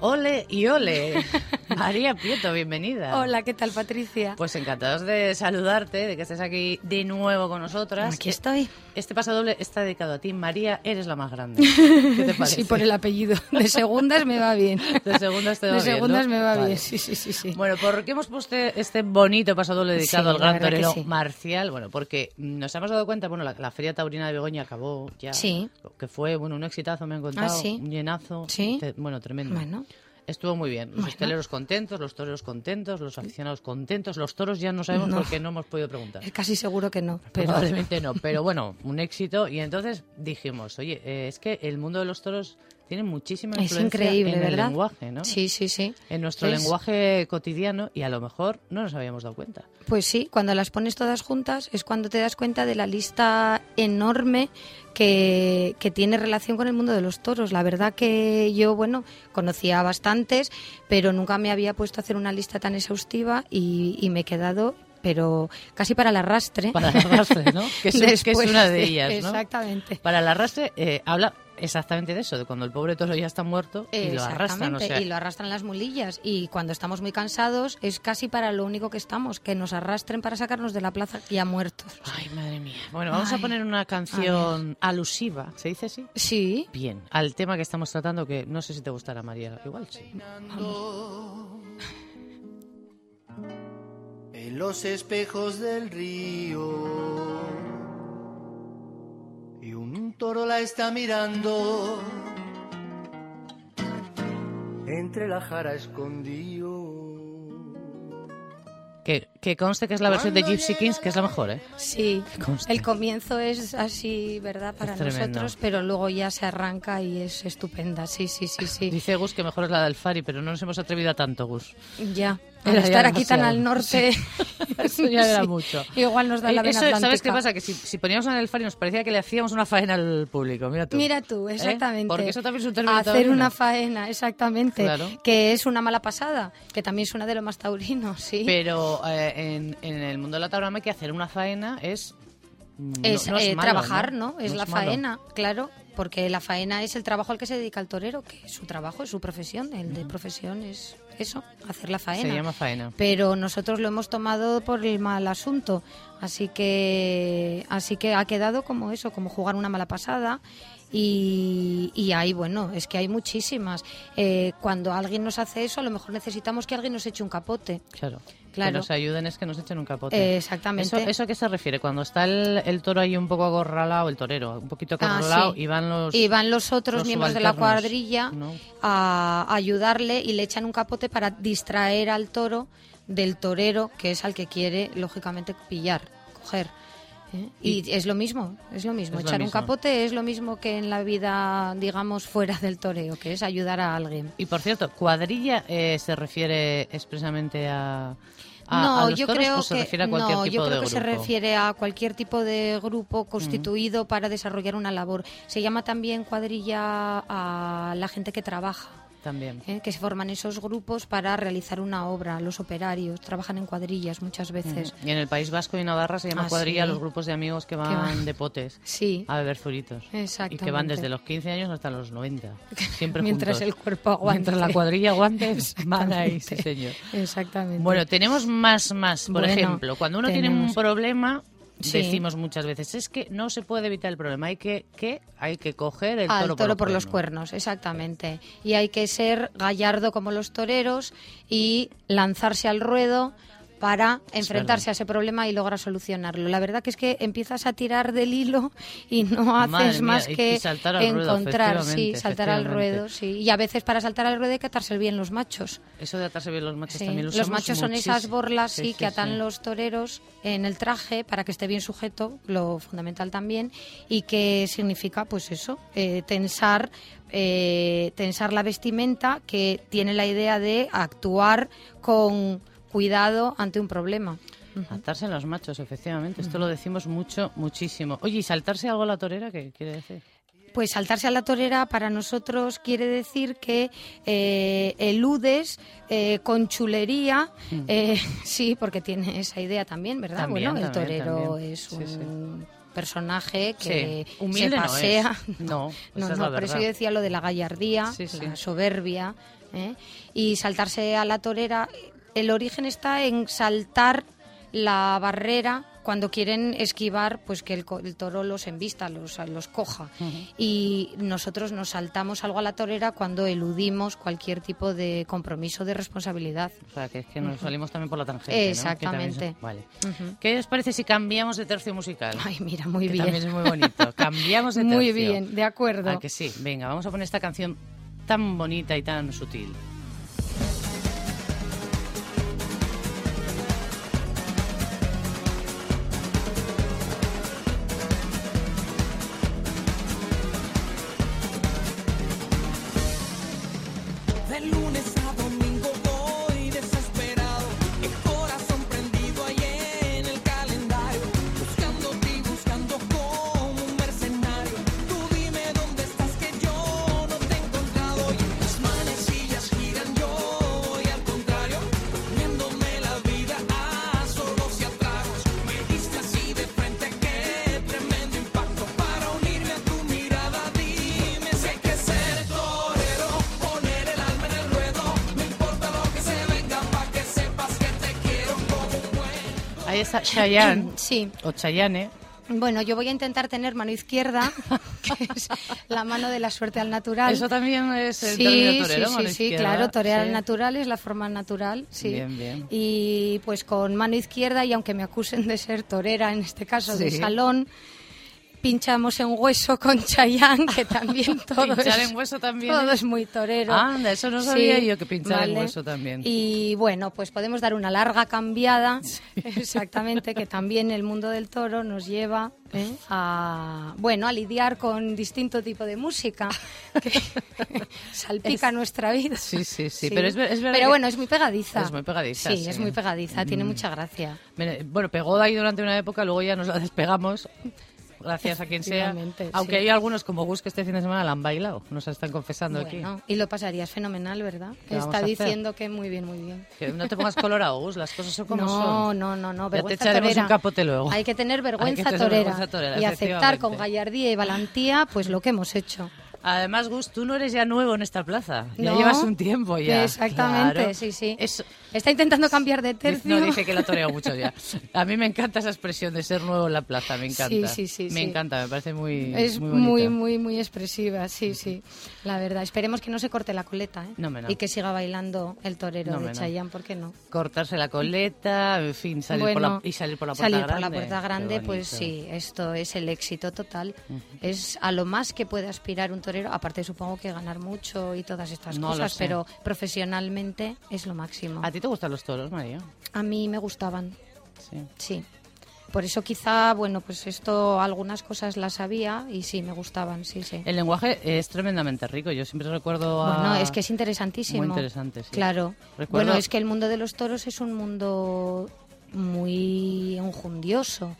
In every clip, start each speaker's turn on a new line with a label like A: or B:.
A: Ole y ole. María Prieto, bienvenida.
B: Hola, ¿qué tal Patricia?
A: Pues encantados de saludarte, de que estés aquí de nuevo con nosotras.
B: Aquí estoy.
A: Este paso doble está dedicado a ti. María, eres la más grande. ¿Qué te parece?
B: Sí, por el apellido. De segundas me va bien.
A: De segundas te va
B: De
A: bien,
B: segundas
A: ¿no?
B: me va
A: Vale.
B: bien, sí, sí, sí. sí.
A: Bueno, ¿por qué hemos puesto este bonito paso doble dedicado
B: Sí,
A: al
B: la
A: gran
B: verdad que
A: torero
B: sí.
A: Marcial? Bueno, porque mm, nos hemos dado cuenta, bueno, la, la Feria Taurina de Begoña acabó ya.
B: Sí. Ah,
A: Que fue, bueno, un exitazo, me han contado.
B: sí.
A: Un llenazo.
B: Sí.
A: Te- bueno, tremendo.
B: Bueno.
A: Estuvo muy bien. Los hosteleros contentos, los toreros contentos, los aficionados contentos. Los toros ya no sabemos
B: No.
A: porque no hemos podido preguntar.
B: Es casi seguro que no, pero
A: Probablemente no, pero bueno, un éxito. Y entonces dijimos, oye, eh, es que el mundo de los toros tiene muchísima
B: es
A: influencia
B: increíble,
A: en
B: ¿verdad?
A: el lenguaje, ¿no?
B: Sí, sí, sí.
A: En nuestro
B: Es-
A: lenguaje cotidiano y a lo mejor no nos habíamos dado cuenta.
B: Pues sí, cuando las pones todas juntas es cuando te das cuenta de la lista enorme que, que tiene relación con el mundo de los toros. La verdad que yo, bueno, conocía bastantes, pero nunca me había puesto a hacer una lista tan exhaustiva y, y me he quedado, pero casi para el arrastre.
A: Para el arrastre, ¿no? Que es, un- que es
B: Después,
A: una de
B: sí,
A: ellas, ¿no?
B: Exactamente.
A: Para el arrastre eh, habla exactamente de eso, de cuando el pobre toro ya está muerto y lo arrastran. O
B: Exactamente,
A: sea,
B: y lo arrastran las mulillas. Y cuando estamos muy cansados, es casi para lo único que estamos, que nos arrastren para sacarnos de la plaza ya muertos.
A: Ay, madre mía. Bueno, vamos a
B: Ay,
A: poner una canción alusiva, ¿se dice así?
B: Sí,
A: Bien, al tema que estamos tratando, que no sé si te gustará, María. Igual sí.
C: En los espejos del río y un toro la está mirando entre la jara escondido.
A: Que, que conste que es la versión de
C: Cuando
A: Gypsy Kings, que es la mejor, ¿eh?
B: sí.
A: conste.
B: El comienzo es así, ¿verdad? Para
A: Es tremendo.
B: nosotros, pero luego ya se arranca y es estupenda. Sí, sí, sí, sí.
A: Dice Gus que mejor es la del Fari, pero no nos hemos atrevido a tanto, Gus.
B: Ya. Al
A: Era ya
B: estar aquí tan
A: demasiado.
B: al norte,
A: Eso ya era mucho.
B: Igual nos da la
A: Eh,
B: vena
A: eso, ¿Sabes qué
B: atlántica.
A: pasa? Que si, si poníamos una del Fari nos parecía que le hacíamos una faena al público. Mira tú.
B: Mira tú,
A: ¿Eh?
B: exactamente.
A: Porque eso también es un término
B: Hacer
A: taurino.
B: una faena, exactamente.
A: Claro.
B: Que es una mala pasada, que también suena de lo más taurino, sí.
A: Pero eh, en, en el mundo de la taurama que hacer una faena es... mm, no-
B: es,
A: no es
B: eh,
A: malo,
B: trabajar, ¿no? Es
A: No
B: la
A: malo.
B: faena, claro, porque la faena es el trabajo al que se dedica el torero, que es su trabajo, es su profesión, el de profesión es eso, hacer la faena.
A: Se llama faena.
B: Pero nosotros lo hemos tomado por el mal asunto, así que así que ha quedado como eso, como jugar una mala pasada. Y, y hay, bueno, es que hay muchísimas. Eh, cuando alguien nos hace eso, a lo mejor necesitamos que alguien nos eche un capote.
A: Claro.
B: Claro.
A: Que nos ayuden es que nos echen un capote.
B: Eh, exactamente.
A: ¿Eso, ¿Eso a qué se refiere? Cuando está el, el toro ahí un poco acorralado, el torero, un poquito
B: Ah,
A: acorralado,
B: sí.
A: y van los...
B: Y van los otros
A: los
B: miembros de la
A: subalternos,
B: cuadrilla
A: ¿no?
B: a ayudarle y le echan un capote para distraer al toro del torero, que es al que quiere, lógicamente, pillar, coger. ¿eh? Y, es lo mismo, es lo mismo.
A: Es lo
B: Echar un
A: mismo.
B: capote es lo mismo que en la vida, digamos, fuera del toreo, que es ayudar a alguien.
A: Y por cierto, cuadrilla eh, se refiere expresamente a... a-
B: no,
A: a los
B: yo
A: toros
B: creo
A: o se
B: que
A: refiere a cualquier
B: no,
A: tipo
B: yo creo
A: de
B: que se
A: grupo? Mm.
B: refiere a cualquier tipo de grupo constituido para desarrollar una labor. Se llama también cuadrilla a la gente que trabaja.
A: También.
B: ¿eh? que se forman esos grupos para realizar una obra. Los operarios trabajan en cuadrillas muchas veces.
A: Y en el País Vasco y Navarra se llama
B: Ah,
A: cuadrilla a
B: sí.
A: los grupos de amigos que van,
B: van-
A: de potes
B: Sí.
A: a beber zuritos. Y que van
B: Exactamente.
A: desde los 15 años hasta los 90. Siempre
B: Mientras
A: juntos.
B: el cuerpo aguante.
A: Mientras la cuadrilla aguante, van ahí, sí señor.
B: Exactamente.
A: Bueno, tenemos más, más. Por
B: Bueno,
A: ejemplo, cuando uno tiene un
B: tenemos.
A: problema,
B: Sí.
A: decimos muchas veces, es que no se puede evitar el problema, hay que, que, hay que coger el
B: al
A: toro,
B: por los cuernos, exactamente. Y hay que ser gallardo como los toreros y lanzarse al ruedo para enfrentarse a ese problema y lograr solucionarlo. La verdad que es que empiezas a tirar del hilo y no
A: Madre
B: haces
A: mía,
B: más
A: y- y
B: que
A: saltar al ruedo,
B: encontrar, sí,
A: efectivamente,
B: saltar al
A: efectivamente.
B: ruedo, sí. Y a veces para saltar al ruedo hay que atarse bien los machos.
A: Eso de atarse bien los machos
B: Sí,
A: también lo
B: Los
A: usamos
B: machos son
A: muchísimo.
B: esas borlas sí, que atan
A: sí.
B: los toreros en el traje para que esté bien sujeto, lo fundamental también, y que significa, pues eso, eh, tensar, eh, tensar la vestimenta que tiene la idea de actuar con cuidado ante un problema.
A: Atarse los machos, efectivamente. Esto lo decimos mucho, muchísimo. Oye, ¿y saltarse algo a la torera qué quiere decir?
B: Pues saltarse a la torera para nosotros quiere decir que eh, eludes eh, con chulería, eh, sí, porque tiene esa idea también, ¿verdad?
A: Mm. También,
B: bueno,
A: también,
B: el torero
A: también.
B: es
A: Sí,
B: un
A: sí.
B: personaje que
A: Sí. Humilde
B: se
A: no es.
B: pasea.
A: No, esa es la
B: por eso
A: verdad.
B: yo decía lo de la gallardía,
A: Sí, sí.
B: la soberbia. ¿eh? Y saltarse a la torera, el origen está en saltar la barrera cuando quieren esquivar pues que el, co- el toro los embista, los, los coja. Y nosotros nos saltamos algo a la torera cuando eludimos cualquier tipo de compromiso de responsabilidad.
A: O sea, que es que nos salimos también por la tangente. ¿no? Que también es-
B: Exactamente.
A: Vale. ¿Qué os parece si cambiamos de tercio musical?
B: Ay, mira, muy
A: que
B: bien.
A: también es muy bonito. Cambiamos de tercio.
B: Muy bien, de acuerdo.
A: Ah, que sí. Venga, vamos a poner esta canción tan bonita y tan sutil.
D: De lunes a domingo voy desesperado, el corazón prendido ahí en el calendario, buscándote y buscando como un mercenario. Tú dime dónde estás que yo no te he encontrado y las manecillas giran yo voy al contrario, comiéndome la vida a solos y a tragos. Me diste así de frente que tremendo impacto para unirme a tu mirada. Dime sé que ser torero, poner el alma en el ruedo, no importa lo que se venga para que sepas que te quiero como un buen.
A: Ahí está Chayanne.
B: Mm, Sí.
A: O Chayanne.
B: Bueno, yo voy a intentar tener mano izquierda, que es la mano de la suerte al natural.
A: Eso también es el
B: sí,
A: término torero,
B: sí,
A: mano
B: sí, sí,
A: izquierda,
B: claro, torear
A: sí.
B: al natural es la forma natural, sí.
A: Bien, bien.
B: Y pues con mano izquierda, y aunque me acusen de ser torera, en este caso de
A: Sí.
B: salón, pinchamos en hueso con Chayán, que también todo
A: Pinchar
B: es-
A: en hueso también
B: Todo
A: es-
B: es muy torero.
A: Anda, eso no sabía yo, que pinchar en hueso también.
B: Y bueno, pues podemos dar una larga cambiada, exactamente, que también el mundo del toro nos lleva ¿eh? a, bueno, a lidiar con distinto tipo de música que salpica nuestra vida.
A: Sí, sí, sí, pero es ver- es verdad
B: Pero
A: que-
B: bueno, es muy pegadiza.
A: Es muy pegadiza,
B: Sí,
A: sí. Mm.
B: es muy pegadiza, tiene mucha gracia.
A: Mira, Bueno, pegó ahí durante una época, luego ya nos la despegamos. Gracias a quien sea.
B: Efectivamente,
A: Aunque
B: sí.
A: hay algunos como Gus que este fin de semana la han bailado. Nos están confesando aquí.
B: Bueno, y lo pasarías fenomenal, ¿verdad?
A: ¿Qué vamos a
B: Está
A: hacer?
B: diciendo que muy bien, muy bien.
A: Que no te pongas colorado, Gus, las cosas son como
B: no,
A: son.
B: No, no,
A: Ya
B: no,
A: te
B: vergüenza
A: echaremos
B: torera.
A: un capote luego.
B: Hay que tener vergüenza,
A: Hay que tener
B: torera,
A: vergüenza torera,
B: y aceptar con
A: efectivamente.
B: gallardía y valentía pues lo que hemos hecho.
A: Además, Gus, tú no eres ya nuevo en esta plaza. Ya
B: ¿no?
A: llevas un tiempo ya.
B: Exactamente,
A: Claro.
B: sí, sí.
A: Eso-
B: Está intentando cambiar de
A: Dice-
B: tercio.
A: No, dice que la toreo mucho ya. A mí me encanta esa expresión de ser nuevo en la plaza, me encanta.
B: Sí, sí, sí,
A: Me
B: sí.
A: encanta, me parece muy
B: es
A: muy,
B: muy,
A: bonita.
B: muy, muy expresiva, sí, sí. La verdad, esperemos que no se corte la coleta ¿eh?
A: No, me no.
B: y que siga bailando el torero
A: No, me
B: de
A: no.
B: Chayanne, ¿por qué no?
A: Cortarse la coleta, en fin, salir por
B: Bueno,
A: la, y salir por la puerta
B: salir
A: grande.
B: por la puerta
A: Qué
B: grande, pues
A: bonito.
B: sí, esto es el éxito total. Es a lo más que puede aspirar un torero. Aparte, supongo que ganar mucho y todas estas
A: No lo
B: cosas,
A: sé.
B: pero profesionalmente es lo máximo.
A: ¿A ti te gustan los toros, María?
B: A mí me gustaban,
A: Sí.
B: sí. Por eso quizá, bueno, pues esto, algunas cosas las sabía y sí, me gustaban, sí, sí.
A: El lenguaje es tremendamente rico. Yo siempre recuerdo a...
B: Bueno, es que es interesantísimo.
A: Muy interesante, sí.
B: Claro.
A: Recuerdo-
B: Bueno, es que el mundo de los toros es un mundo muy enjundioso,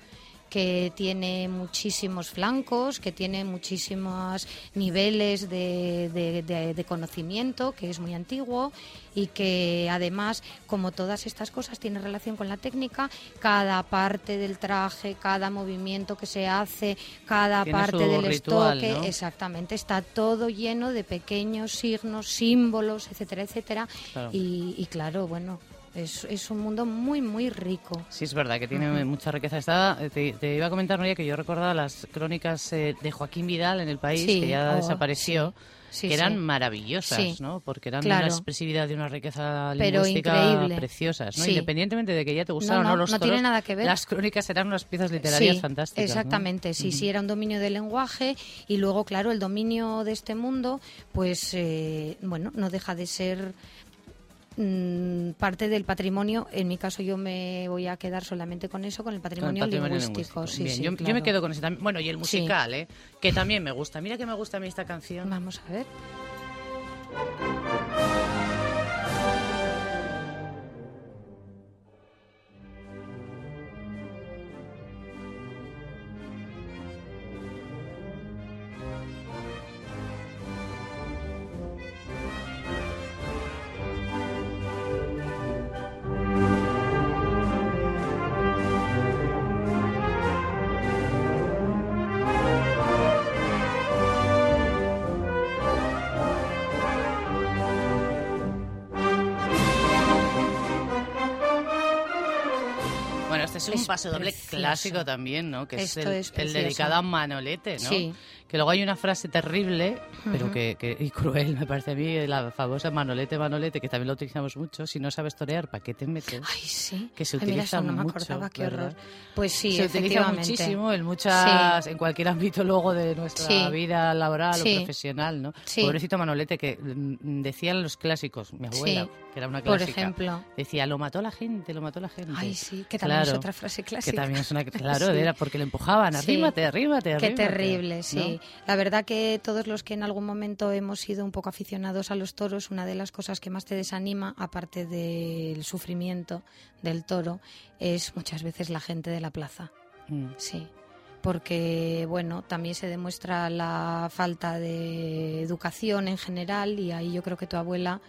B: que tiene muchísimos flancos, que tiene muchísimos niveles de, de- de- de conocimiento, que es muy antiguo y que además, como todas estas cosas, tiene relación con la técnica, cada parte del traje, cada movimiento que se hace, cada
A: Tiene su
B: parte del
A: ritual,
B: estoque,
A: ¿no?
B: Exactamente, está todo lleno de pequeños signos, símbolos, etcétera, etcétera.
A: Claro.
B: Y, y claro, bueno, es, es un mundo muy, muy rico.
A: Sí, es verdad que tiene mucha riqueza. Estaba- te, te iba a comentar, María, que yo recordaba las crónicas eh, de Joaquín Vidal en el país,
B: Sí,
A: que ya
B: oh,
A: desapareció,
B: sí,
A: que
B: sí.
A: eran maravillosas,
B: Sí,
A: ¿no? Porque eran de
B: claro.
A: una expresividad, de una riqueza
B: Pero
A: lingüística
B: increíble.
A: preciosas, ¿no?
B: Sí.
A: Independientemente de que ya te gustaron
B: no,
A: o no los
B: no tiene
A: toros,
B: nada que ver.
A: las crónicas eran unas piezas literarias
B: sí,
A: fantásticas. ¿no?
B: Exactamente, sí, sí, era un dominio del lenguaje y luego, claro, el dominio de este mundo, pues, eh, bueno, no deja de ser mm, parte del patrimonio. En mi caso, yo me voy a quedar solamente con eso, con el
A: Con el
B: patrimonio,
A: patrimonio
B: lingüístico.
A: lingüístico.
B: Sí,
A: Bien,
B: sí,
A: yo, yo me
B: claro.
A: quedo con ese también. Bueno, y el musical, ¿eh? Que también me gusta. Mira que me gusta a mí esta canción.
B: Vamos a ver.
A: Bueno, este es un
B: Es
A: paso doble
B: precioso.
A: clásico también, ¿no? Que
B: Esto
A: es el,
B: es
A: el
B: precioso.
A: dedicado a Manolete, ¿no?
B: Sí.
A: Que luego hay una frase terrible, pero que, que- y cruel, me parece a mí, de la famosa Manolete, Manolete, que también lo utilizamos mucho. Si no sabes torear, ¿para qué te metes?
B: Ay, sí.
A: Que se
B: Ay, mira,
A: utiliza
B: eso no me
A: mucho,
B: acordaba, qué
A: ¿verdad?
B: horror. Pues sí,
A: se utiliza
B: efectivamente.
A: muchísimo en muchas en cualquier ámbito luego de nuestra
B: Sí.
A: vida laboral o
B: Sí.
A: profesional no
B: Sí.
A: pobrecito Manolete que mm, decían los clásicos mi abuela
B: Sí.
A: que era una
B: Por
A: clásica
B: ejemplo.
A: decía lo mató la gente lo mató la gente
B: Ay, sí, que también es otra frase
A: que
B: clásica.
A: también es una claro
B: Sí.
A: era porque le empujaban
B: Sí.
A: arrímate arrímate
B: Qué
A: arrímate",
B: terrible, sí.
A: ¿no?
B: La verdad que todos los que en algún momento hemos sido un poco aficionados a los toros, una de las cosas que más te desanima, aparte del sufrimiento del toro, es muchas veces la gente de la plaza.
A: Mm.
B: Sí, porque bueno, también se demuestra la falta de educación en general y ahí yo creo que tu abuela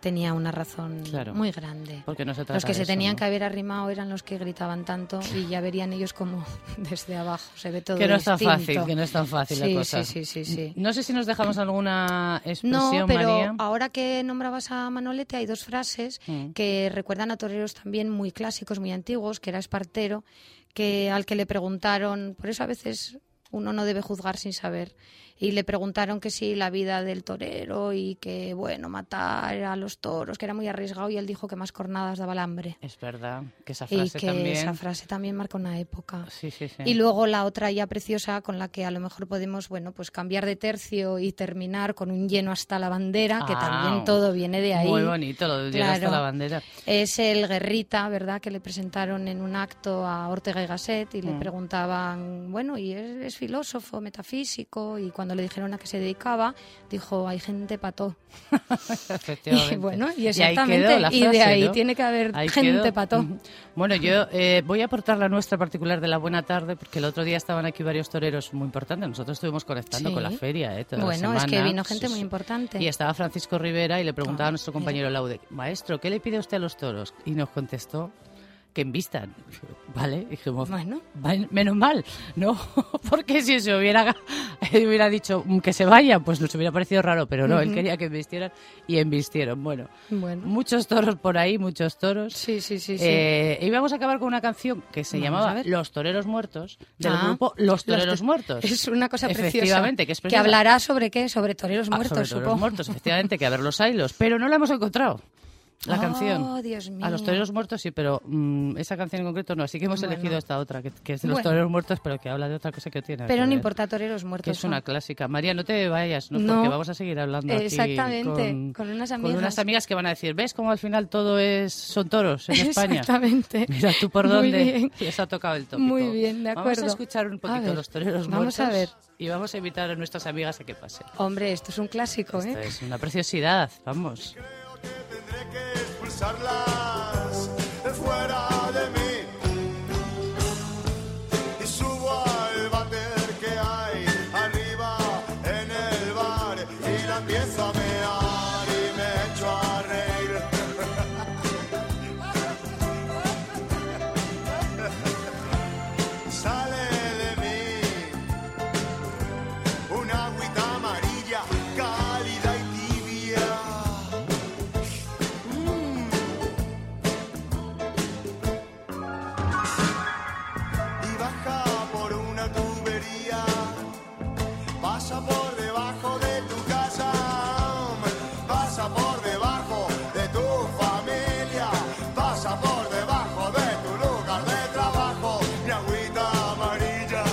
B: tenía una razón
A: Claro.
B: muy grande.
A: porque no se trata
B: Los que
A: de
B: se
A: eso,
B: tenían
A: ¿no?
B: que haber arrimado eran los que gritaban tanto y ya verían ellos como desde abajo se ve todo
A: que no es tan fácil
B: distinto.
A: que no es tan fácil
B: Sí,
A: la cosa
B: sí, sí, sí, sí.
A: no sé si nos dejamos alguna
B: No,
A: expresión
B: pero
A: María
B: ahora que nombrabas a Manolete hay dos frases
A: Mm.
B: que recuerdan a toreros también muy clásicos, muy antiguos, que era Espartero, que al que le preguntaron, por eso a veces uno no debe juzgar sin saber, y le preguntaron que si la vida del torero y que, bueno, matar a los toros, que era muy arriesgado, y él dijo que más cornadas daba el hambre.
A: es verdad que esa
B: Y
A: frase
B: que
A: también
B: esa frase también marca una época.
A: sí sí sí
B: Y luego la otra ya preciosa con la que a lo mejor podemos, bueno, pues cambiar de tercio y terminar con un lleno hasta la bandera, que
A: Ah,
B: también todo viene de ahí.
A: Muy bonito lo de llegar hasta
B: Claro.
A: la bandera.
B: Es el Guerrita, ¿verdad?, que le presentaron en un acto a Ortega y Gasset y le
A: Mm.
B: preguntaban, bueno, y es, es filósofo, metafísico, y cuando le dijeron a qué se dedicaba, dijo, hay gente pató.
A: Efectivamente.
B: Y bueno, y
A: ahí quedó
B: exactamente,
A: la
B: y de
A: frase,
B: ahí
A: ¿no?
B: tiene que haber gente pató.
A: Bueno, yo eh, voy a aportar la nuestra particular de la buena tarde, porque el otro día estaban aquí varios toreros muy importantes. Nosotros estuvimos conectando
B: Sí.
A: con la feria, ¿eh? Toda la
B: Bueno, es que
A: semana.
B: vino gente muy importante.
A: Y estaba Francisco Rivera y le preguntaba a
B: Ah,
A: nuestro
B: mira.
A: compañero Laude, maestro, ¿qué le pide usted a los toros? Y nos contestó que envistan. Vale, dijimos,
B: Bueno.
A: "Vale, menos mal, ¿no? Porque si se hubiera, hubiera dicho "Mm, que se vayan, pues nos hubiera parecido raro, pero no, él quería que embistieran y embistieron. Bueno,
B: Bueno.
A: muchos toros por ahí, muchos toros.
B: Sí, sí, sí, sí.
A: Eh, y vamos a acabar con una canción que se
B: Vamos a
A: llamaba
B: ver.
A: Los Toreros Muertos, del
B: Ah.
A: grupo Los Toreros
B: Los to-
A: Muertos.
B: Es una cosa preciosa.
A: Efectivamente, que es preciosa.
B: hablará sobre qué, sobre toreros
A: Ah, sobre
B: muertos,
A: todo
B: supongo.
A: los muertos, efectivamente, que a ver los hilos. Pero no la hemos encontrado, la
B: Oh,
A: canción.
B: Dios
A: A los
B: mío.
A: toreros muertos sí, pero mm, esa canción en concreto no. Así que hemos
B: Bueno.
A: elegido esta otra, que, que es de los
B: Bueno.
A: toreros muertos, pero que habla de otra cosa que tiene.
B: Pero no importa, toreros muertos.
A: Que es
B: son.
A: una clásica. María, no te vayas, ¿no?
B: No.
A: Porque vamos a seguir hablando aquí
B: Exactamente,
A: con,
B: con unas
A: Con unas
B: amigas.
A: amigas que van a decir, ¿ves cómo al final todo es son toros en España?
B: Exactamente.
A: Mira tú por
B: Muy
A: dónde
B: bien.
A: les ha tocado el tópico.
B: Muy bien, de
A: Vamos a
B: acuerdo.
A: escuchar un
B: A
A: poquito
B: ver,
A: los toreros muertos.
B: vamos a ver.
A: Y vamos a invitar a nuestras amigas a que pasen.
B: Hombre, esto es un clásico, ¿eh?
A: Esto es una preciosidad, vamos.
E: Creo que tendré que expulsarlas de fuera de mí. Y subo al váter que hay arriba en el bar y la empiezo a mear y me echo a reír. Sale de mí una agüita amarilla, cálida y tibia. Mm. Y baja por una tubería, pasa por debajo de tu casa, pasa por debajo de tu familia, pasa por debajo de tu lugar de trabajo, mi agüita amarilla,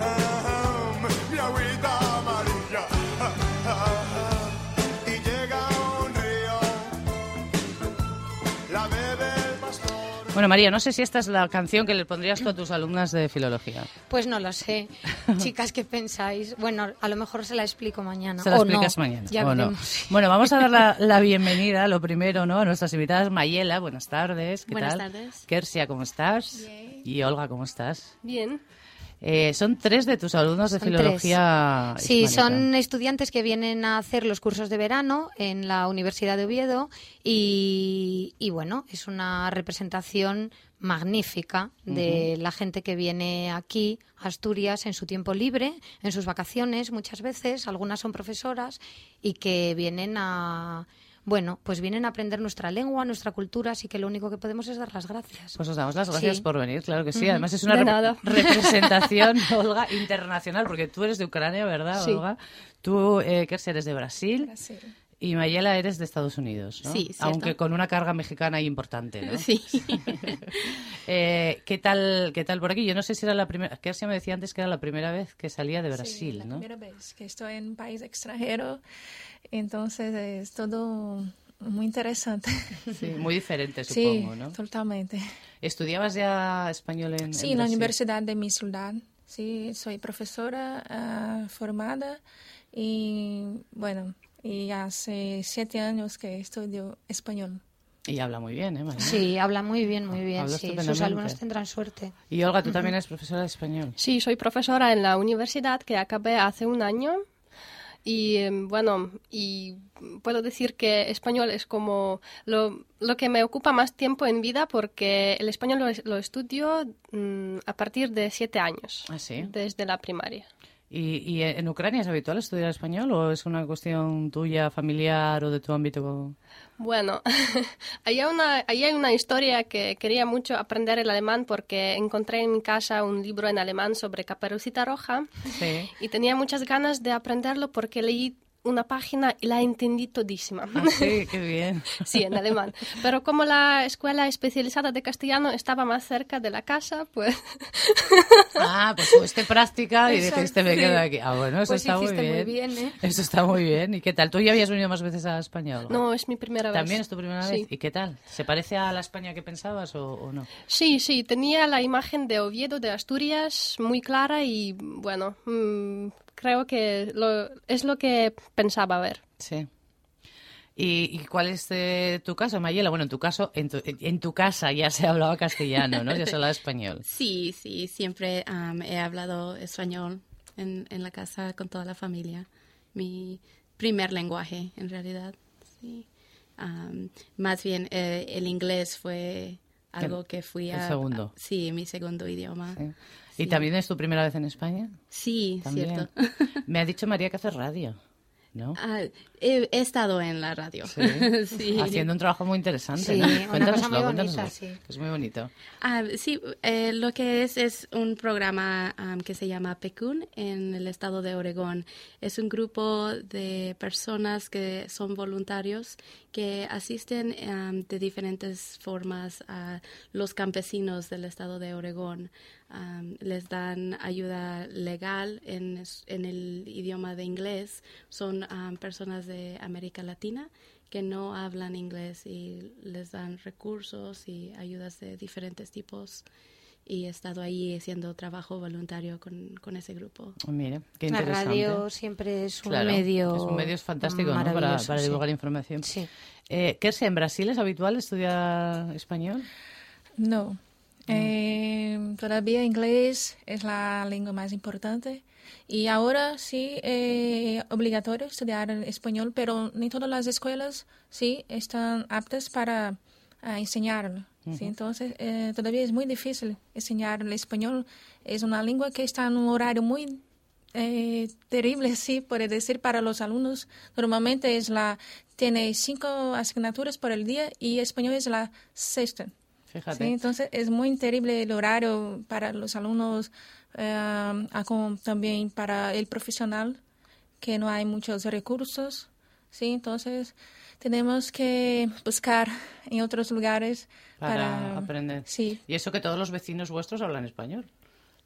E: ah, mi agüita amarilla. ah, ah, ah. Y llega a un río, la bebe el pastor.
A: Bueno, María, no sé si esta es la canción que le pondrías tú a tus alumnas de filología.
B: Pues no lo sé. Chicas, ¿qué pensáis? Bueno, a lo mejor se la explico mañana.
A: Se la
B: o
A: explicas
B: no.
A: mañana.
B: Ya
A: o no.
B: veremos.
A: Bueno, vamos a dar la, la bienvenida, lo primero, ¿no? A nuestras invitadas. Mayela, buenas tardes. ¿Qué
F: Buenas
A: tal?
F: tardes.
A: Kersia, ¿cómo estás? Y Olga, ¿cómo estás?
F: Bien.
A: Eh, son tres de tus alumnos de
B: Son
A: filología.
B: Sí,
A: hispánica.
B: son estudiantes que vienen a hacer los cursos de verano en la Universidad de Oviedo y, y bueno, es una representación magnífica de la gente que viene aquí a Asturias en su tiempo libre, en sus vacaciones muchas veces, algunas son profesoras y que vienen a Bueno, pues vienen a aprender nuestra lengua, nuestra cultura, así que lo único que podemos es dar las gracias.
A: Pues os damos las gracias
B: Sí.
A: por venir, claro que sí.
B: Ujú,
A: Además es una re-
B: de nada.
A: representación, Olga, internacional, porque tú eres de Ucrania, ¿verdad,
F: Sí.
A: Olga? Tú, eh, Kersia, eres de Brasil
F: Sí.
A: y Mayela eres de Estados Unidos, ¿no?
F: Sí, cierto.
A: Aunque con una carga mexicana ahí importante, ¿no?
F: Sí.
A: Eh, ¿qué, tal, ¿Qué tal por aquí? Yo no sé si era la primera... Kersia me decía antes que era la primera vez que salía de
F: Sí,
A: Brasil,
F: la
A: ¿no?
F: primera vez que estoy en un país extranjero, entonces es todo muy interesante.
A: Sí, muy diferente,
F: Sí,
A: supongo, ¿no?
F: totalmente.
A: ¿Estudiabas ya español en,
F: Sí, en la
A: Brasil?
F: universidad de mi ciudad. Sí, soy profesora ah, formada y bueno, y hace siete años que estudio español.
A: Y habla muy bien, ¿eh, Mayela?
B: Sí, habla muy bien, muy bien.
A: Habla
B: Sí, sus
A: estupendamente.
B: alumnos tendrán suerte.
A: Y Olga, tú también eres profesora de español.
G: Sí, soy profesora en la universidad que acabé hace un año y eh, bueno, y puedo decir que español es como lo, lo que me ocupa más tiempo en vida porque el español lo, es- lo estudio mm, a partir de siete años,
A: Ah, sí.
G: desde la primaria.
A: ¿Y, y en Ucrania es habitual estudiar español o es una cuestión tuya, familiar o de tu ámbito?
G: Bueno, ahí hay una, ahí hay una historia que quería mucho aprender el alemán porque encontré en mi casa un libro en alemán sobre Caperucita Roja.
A: Sí.
G: Y tenía muchas ganas de aprenderlo porque leí una página y la entendí todísima.
A: Ah, sí, qué bien.
G: Sí, en alemán. Pero como la escuela especializada de castellano estaba más cerca de la casa, pues
A: Ah, pues fuiste práctica y
F: Exacto,
A: dijiste me
F: sí.
A: quedo aquí. Ah, bueno, eso
B: Pues
A: está muy
B: hiciste
A: bien.
B: muy bien, ¿eh?
A: Eso está muy bien. ¿Y qué tal? ¿Tú ya habías venido más veces a España? Olga?
G: no, es mi primera vez.
A: ¿También es tu primera
G: Sí.
A: vez? ¿Y qué tal? ¿Se parece a la España que pensabas o, o no?
G: Sí, sí, tenía la imagen de Oviedo, de Asturias, muy clara y bueno, mm, creo que lo- es lo que pensaba ver.
A: Sí. ¿Y, y cuál es eh, tu caso, Mayela? Bueno, en tu caso, en tu, en tu casa ya se hablaba castellano, ¿no? Ya se hablaba español.
H: Sí, sí, siempre am, he hablado español en, en la casa con toda la familia. Mi primer lenguaje, en realidad. Sí. Am, más bien, eh, el inglés fue algo
A: El-
H: que fui
A: el
H: a...
A: segundo.
H: a- sí, mi segundo idioma.
A: Sí. ¿Y
H: Ah, Sí.
A: también es tu primera vez en España?
H: Sí,
A: También.
H: cierto.
A: Me ha dicho María que hace radio, ¿no?
H: Ah, he, he estado en la radio.
A: Sí.
H: Sí.
A: Haciendo un trabajo muy interesante.
B: Sí,
A: ¿no?
B: una cosa
A: Cuéntanoslo,
B: muy bonita,
A: cuéntanoslo,
B: sí.
A: que Es muy bonito.
H: Ah, sí, eh, lo que es es un programa am, que se llama PECUN en el estado de Oregón. Es un grupo de personas que son voluntarios que asisten am, de diferentes formas a los campesinos del estado de Oregón. Am, les dan ayuda legal en, es- en el idioma de inglés. Son am, personas de América Latina que no hablan inglés y les dan recursos y ayudas de diferentes tipos. Y he estado ahí haciendo trabajo voluntario con, con ese grupo.
A: Mira, qué
B: La
A: interesante.
B: radio siempre es un
A: Claro,
B: medio.
A: es un medio fantástico ¿no? para,
B: maravilloso,
A: para
B: sí.
A: divulgar información.
B: Sí.
A: Eh, Kersia, ¿en Brasil es habitual estudiar español?
F: No. Eh, todavía inglés es la lengua más importante y ahora sí es obligatorio estudiar el español, pero ni todas las escuelas sí están aptas para ah, enseñarlo. ¿sí? Entonces eh, todavía es muy difícil enseñar el español. Es una lengua que está en un horario muy eh, terrible, sí, puede decir, para los alumnos. Normalmente es la tiene cinco asignaturas por el día y español es la sexta. Sí,
A: Fíjate.
F: entonces es muy terrible el horario para los alumnos, eh, ah, como también para el profesional, que no hay muchos recursos. Sí, entonces tenemos que buscar en otros lugares
A: para,
F: para,
A: aprender.
F: Sí,
A: Y eso que todos los vecinos vuestros hablan español,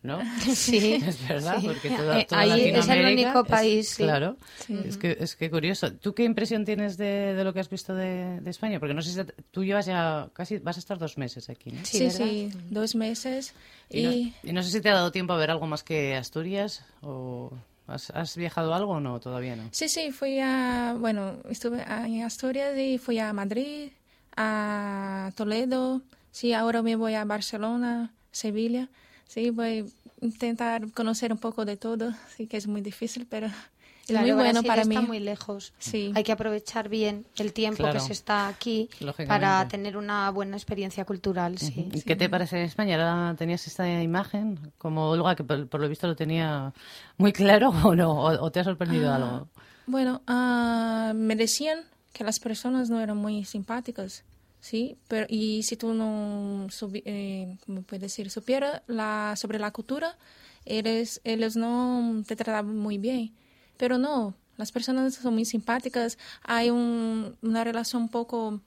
A: ¿no?
B: Sí.
A: Es verdad, porque toda,
B: Eh,
A: toda
B: ahí es el
A: Latinoamérica
B: único
A: es-
B: país. sí.
A: Claro, es, que, es que curioso. ¿Tú qué impresión tienes de, de lo que has visto de, de España? Porque no sé si te- tú llevas ya casi, vas a estar dos meses aquí, ¿no?
B: Sí,
F: sí,
B: ¿verdad?
F: sí, dos meses.
A: Y, no, y no sé si te ha dado tiempo a ver algo más que Asturias o has, has viajado algo o no, todavía no.
F: Sí, sí, fui a, bueno, estuve a- en Asturias y fui a Madrid, a Toledo, sí, ahora me voy a Barcelona, Sevilla, sí, voy a intentar conocer un poco de todo, sí que es muy difícil, pero es
B: Claro,
F: muy bueno
B: Brasil
F: para
B: está
F: mí.
B: muy lejos.
F: Sí.
B: Hay que aprovechar bien el tiempo
A: Claro.
B: que se está aquí
A: Lógicamente.
B: para tener una buena experiencia cultural, sí.
A: ¿Y qué te parece España? ¿Ahora tenías esta imagen? Como Olga, que por, por lo visto lo tenía
F: Ah.
A: muy claro o no, o, o te ha sorprendido algo.
F: Bueno, ah, me decían que las personas no eran muy simpáticas, ¿sí? Pero, y si tú no, subi- eh, ¿cómo puedo decir? Supiera la, sobre la cultura, eres, ellos no te trataban muy bien. Pero no, las personas son muy simpáticas. Hay un- una relación un poco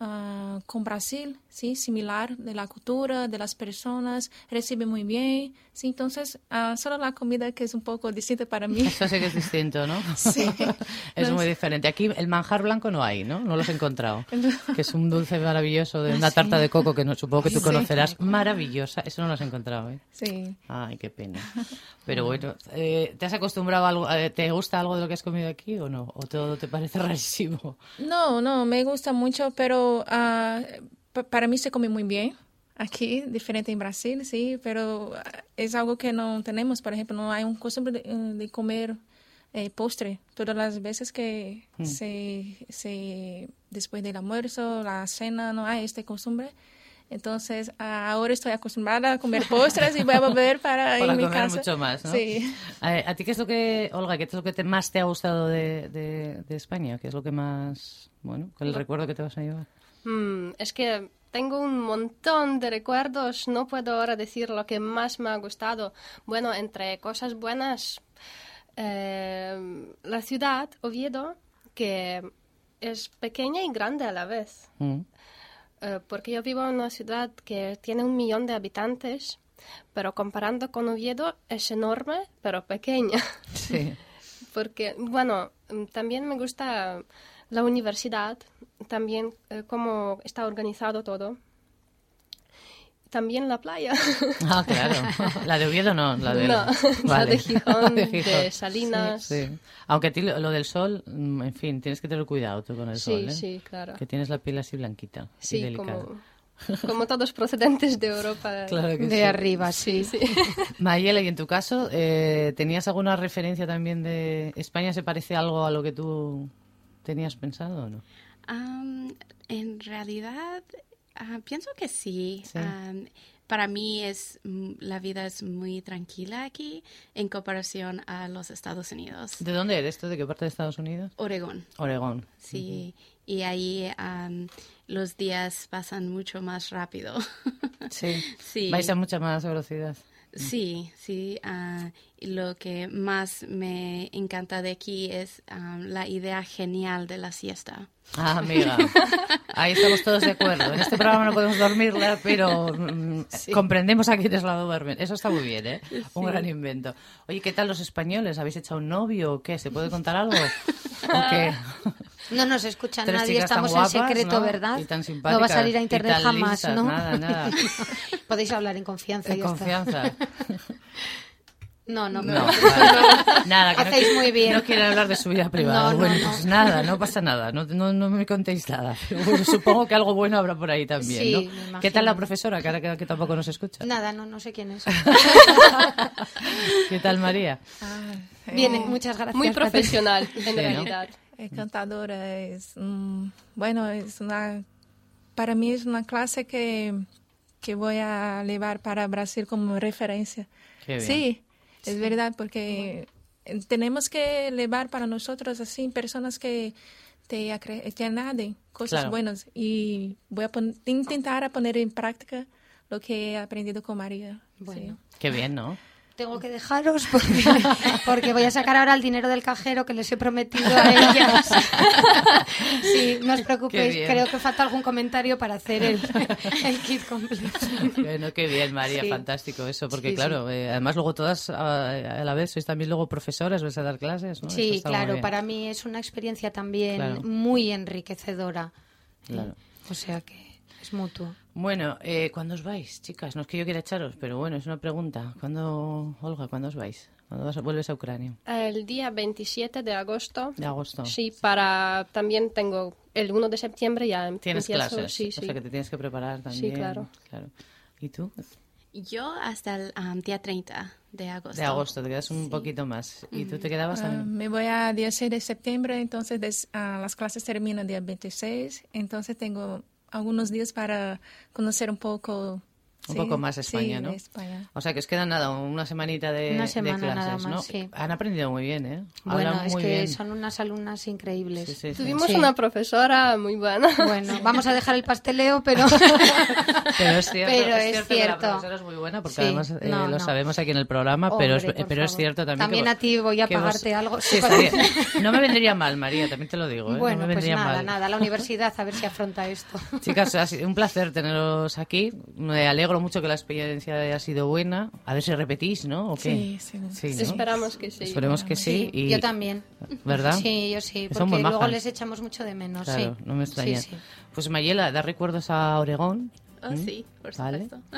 F: ah, con Brasil, ¿sí? Similar de la cultura, de las personas, recibe muy bien, ¿sí? Entonces, ah, solo la comida que es un poco distinta para mí.
A: Eso sí que es distinto, ¿no?
F: Sí.
A: es
F: No,
A: muy
F: es-
A: diferente. Aquí el manjar blanco no hay, ¿no? No los he encontrado. Que es un dulce maravilloso
F: Ah,
A: de una tarta de coco que no, supongo que tú conocerás. Maravillosa. Eso no lo has encontrado, ¿eh?
F: Sí.
A: Ay, qué pena. Pero bueno, eh, ¿te has acostumbrado a algo? eh, ¿Te gusta algo de lo que has comido aquí o no? ¿O todo te parece rarísimo?
F: No, no, me gusta mucho, pero ah, pa- para mí se come muy bien aquí, diferente en Brasil, sí, pero ah, es algo que no tenemos, por ejemplo, no hay un costumbre de, de comer eh, postre todas las veces que
A: Mm.
F: se, se, después del almuerzo, la cena, no hay esta costumbre. Entonces, ah, ahora estoy acostumbrada a comer postres y voy a volver para,
A: Para
F: en mi
A: comer
F: casa.
A: mucho más, ¿no?
F: Sí.
A: Eh, ¿A ti qué es lo que, Olga, qué es lo que te, más te ha gustado de, de- de España? ¿Qué es lo que más, bueno, con el recuerdo que te vas a llevar?
G: Mm, es que tengo un montón de recuerdos, no puedo ahora decir lo que más me ha gustado. Bueno, entre cosas buenas, eh, la ciudad, Oviedo, que es pequeña y grande a la vez.
A: Mm.
G: Eh, porque yo vivo en una ciudad que tiene un millón de habitantes, pero comparando con Oviedo es enorme, pero pequeña.
A: Sí.
G: Porque, bueno, mm, también me gusta la universidad, también eh, cómo está organizado todo. También la playa.
A: Ah, claro. La de Oviedo no, la de...
G: No, la
A: Vale.
G: de Gijón,
A: De
G: de,
A: Gijón.
G: Salinas. Sí,
A: Sí. Aunque a ti lo, lo del sol, mm, en fin, tienes que tener cuidado tú con el sol,
G: sí,
A: ¿eh?
G: claro.
A: Que tienes la piel así blanquita y
G: Sí,
A: delicada.
G: como, como todos procedentes de Europa.
A: Claro que
B: De
A: sí.
B: arriba, sí.
A: Mayela, y en tu caso, eh, ¿tenías alguna referencia también de España? ¿Se parece algo a lo que tú tenías pensado o no?
H: Am, en realidad, ah, pienso que sí.
A: Sí.
H: Am, para mí es mm, la vida es muy tranquila aquí en comparación a los Estados Unidos.
A: ¿De dónde eres tú? ¿De qué parte de Estados Unidos?
H: Oregón,
A: Oregón.
H: sí. Y ahí am, los días pasan mucho más rápido.
A: Sí.
H: sí.
A: Vais a mucha más velocidad.
H: Sí, sí. ah, y lo que más me encanta de aquí es ah, la idea genial de la siesta.
A: Ah, amiga. Ahí estamos todos de acuerdo. En este programa no podemos dormirla, pero mm, comprendemos a quienes la duermen. Eso está muy bien, ¿eh? Un gran invento. Oye, ¿qué tal los españoles? ¿Habéis echado un novio o qué? ¿Se puede contar algo? ¿O qué?
B: No nos escucha
A: Tres
B: nadie,
A: chicas tan
B: estamos en
A: guapas,
B: secreto,
A: ¿no?
B: ¿verdad?
A: Y tan
B: no va a
A: simpáticas,
B: salir a
A: y
B: internet
A: tan
B: jamás,
A: listas,
B: ¿no?
A: nada, nada.
B: Podéis hablar en confianza,
A: En
B: ya está.
A: confianza.
B: No, no,
A: No,
B: no.
A: vale. nada. que no
B: Hacéis
A: qui-
B: muy bien.
A: No quiero hablar de su vida privada.
B: No, no,
A: bueno,
B: no.
A: pues nada, no pasa nada. No, no, no me contéis nada. Pero bueno, supongo que algo bueno habrá por ahí también,
B: Sí,
A: ¿no?
B: me imagino.
A: ¿Qué tal la profesora, que ahora que, que tampoco nos escucha?
B: Nada, no, no sé quién es.
A: ¿Qué tal, María?
B: Bien, muchas gracias.
G: Muy
B: Patricia.
G: profesional, en
A: ¿no?
G: realidad.
F: Es eh, cantadora, es mm, bueno, es una para mí es una clase que, que voy a llevar para Brasil como referencia.
A: Qué bien.
F: Sí, es verdad porque eh, tenemos que llevar para nosotros así personas que te, acre- te añaden cosas
A: Claro.
F: buenas y voy a pon- intentar a poner en práctica lo que he aprendido con María. sí.
B: Bueno.
A: Qué bien, ¿no?
B: Tengo que dejaros porque, porque voy a sacar ahora el dinero del cajero que les he prometido a ellas. Sí, no
A: Qué
B: os
A: bien.
B: preocupéis, creo que falta algún comentario para hacer el, el kit completo.
A: Bueno, qué bien, María,
B: Sí.
A: fantástico eso, porque
B: Sí, sí.
A: claro, eh, además luego todas a, a la vez sois también luego profesoras, vais a dar clases, ¿no? Eso
B: Sí,
A: está muy
B: claro,
A: bien.
B: para mí es una experiencia también
A: Claro.
B: muy enriquecedora.
A: Claro.
B: O sea que es mutuo.
A: Bueno, eh, ¿cuándo os vais, chicas? No es que yo quiera echaros, pero bueno, es una pregunta. ¿Cuándo, Olga, cuándo os vais? ¿Cuándo vas- vuelves a Ucrania?
G: El día 27 de agosto.
A: De agosto.
G: Sí, para también tengo el 1 de septiembre ya em-
A: Tienes
G: empiezo,
A: clases,
G: sí,
A: o
G: sí.
A: sea que te tienes que preparar también.
G: claro.
A: claro. ¿Y tú?
H: Yo hasta el am, día 30 de agosto.
A: De agosto, te quedas un poquito más. ¿Y
B: Mm,
A: tú te quedabas
F: Ah,
B: em,
A: también?
F: me voy a 16 de septiembre, entonces des- ah, las clases terminan día 26, entonces tengo algunos días para conocer un poco
A: Un
F: Sí,
A: poco más España,
F: sí,
A: ¿no?
F: de España.
A: O sea, que os queda nada, una semanita de,
B: Una
A: de
B: semana
A: clases,
B: nada más,
A: ¿no?
B: sí.
A: Han aprendido muy bien, ¿eh?
B: Bueno,
A: Hablan
B: es
A: muy
B: que
A: bien.
B: son unas alumnas increíbles.
A: Sí, sí, sí.
G: Tuvimos
B: Sí.
G: una profesora muy buena.
B: Bueno, vamos a dejar el pasteleo, pero...
A: Pero es cierto,
B: Pero
A: es cierto que la
B: es cierto.
A: profesora es muy buena porque
B: Sí,
A: además eh,
B: no,
A: lo
B: no.
A: sabemos aquí en el programa, pero, es,
B: Hombre, por
A: pero es
B: favor.
A: cierto también.
B: También
A: que-
B: a ti voy a
A: que vos-
B: pagarte algo.
A: Sí, estaría- no me vendría mal, María, también te lo digo. ¿eh? No
B: Bueno,
A: me
B: pues
A: vendría
B: nada,
A: mal.
B: nada, la universidad a ver si afronta esto.
A: Chicas, ha sido un placer teneros aquí. Me alegro mucho que la experiencia haya sido buena. A ver si repetís, ¿no? ¿O qué?
F: Sí, seguro.
A: ¿no?
G: Esperamos que sí.
A: Esperemos que sí. y-
B: Yo también.
A: ¿Verdad?
B: Sí, yo sí,
A: Que son muy
B: porque luego
A: majas.
B: les echamos mucho de menos.
A: Claro,
B: sí.
A: no me
B: Sí,
A: extraña.
B: sí.
A: Pues Mayela, da recuerdos a Oregón.
H: Oh, sí, por
A: ¿mm? Vale.
H: supuesto.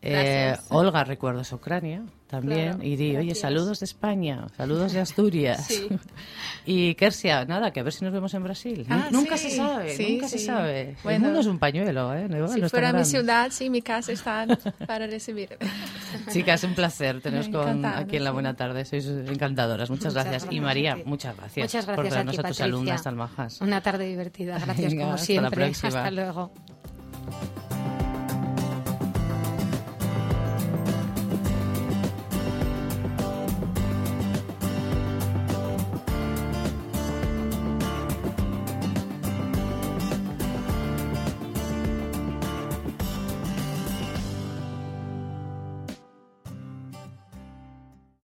A: Eh,
H: Gracias.
A: Olga, recuerdos a Ucrania también.
G: Claro,
A: y di, oye,
G: gracias.
A: saludos de España, saludos de Asturias.
G: Sí.
A: y Kersia, nada, que a ver si nos vemos en Brasil.
F: Ah,
A: nunca
F: sí.
A: se sabe,
F: Sí,
A: nunca se
F: sí.
A: sabe. El
F: Bueno.
A: mundo es un pañuelo, ¿eh? No, no
F: Si
A: es tan
F: fuera mi
A: grande.
F: ciudad, sí, mi casa está para recibir.
A: Chicas, un placer teneros con,
F: Encantada,
A: aquí en la
F: sí.
A: buena tarde. Sois encantadoras. Muchas, gracias. Y
B: gracias
A: María,
B: a ti.
A: muchas gracias.
B: Muchas gracias
A: por traernos
B: a ti,
A: a tus
B: Patricia.
A: alumnas tan majas.
B: Una tarde divertida. Gracias
A: Venga,
B: como
A: hasta la
B: siempre.
A: próxima.
B: hasta luego.